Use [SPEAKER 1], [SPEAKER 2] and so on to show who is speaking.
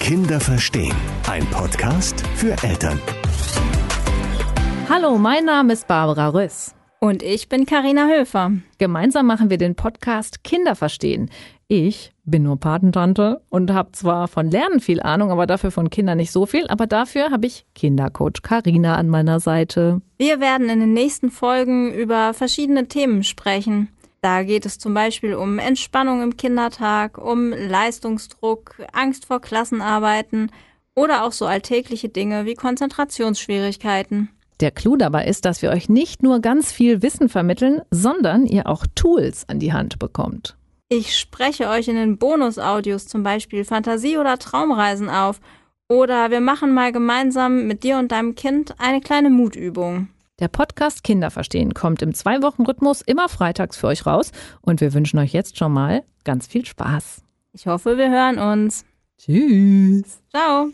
[SPEAKER 1] Kinder verstehen. Ein Podcast für Eltern.
[SPEAKER 2] Hallo, mein Name ist Barbara Rüss.
[SPEAKER 3] Und ich bin Karina Höfer.
[SPEAKER 2] Gemeinsam machen wir den Podcast Kinder verstehen. Ich bin nur Patentante und habe zwar von Lernen viel Ahnung, aber dafür von Kindern nicht so viel. Aber dafür habe ich Kindercoach Karina an meiner Seite.
[SPEAKER 3] Wir werden in den nächsten Folgen über verschiedene Themen sprechen. Da geht es zum Beispiel um Entspannung im Kindertag, um Leistungsdruck, Angst vor Klassenarbeiten oder auch so alltägliche Dinge wie Konzentrationsschwierigkeiten.
[SPEAKER 2] Der Clou dabei ist, dass wir euch nicht nur ganz viel Wissen vermitteln, sondern ihr auch Tools an die Hand bekommt.
[SPEAKER 3] Ich spreche euch in den Bonus-Audios zum Beispiel Fantasie- oder Traumreisen auf. Oder wir machen mal gemeinsam mit dir und deinem Kind eine kleine Mutübung.
[SPEAKER 2] Der Podcast Kinder verstehen kommt im Zwei-Wochen-Rhythmus immer freitags für euch raus und wir wünschen euch jetzt schon mal ganz viel Spaß.
[SPEAKER 3] Ich hoffe, wir hören uns.
[SPEAKER 2] Tschüss.
[SPEAKER 3] Ciao.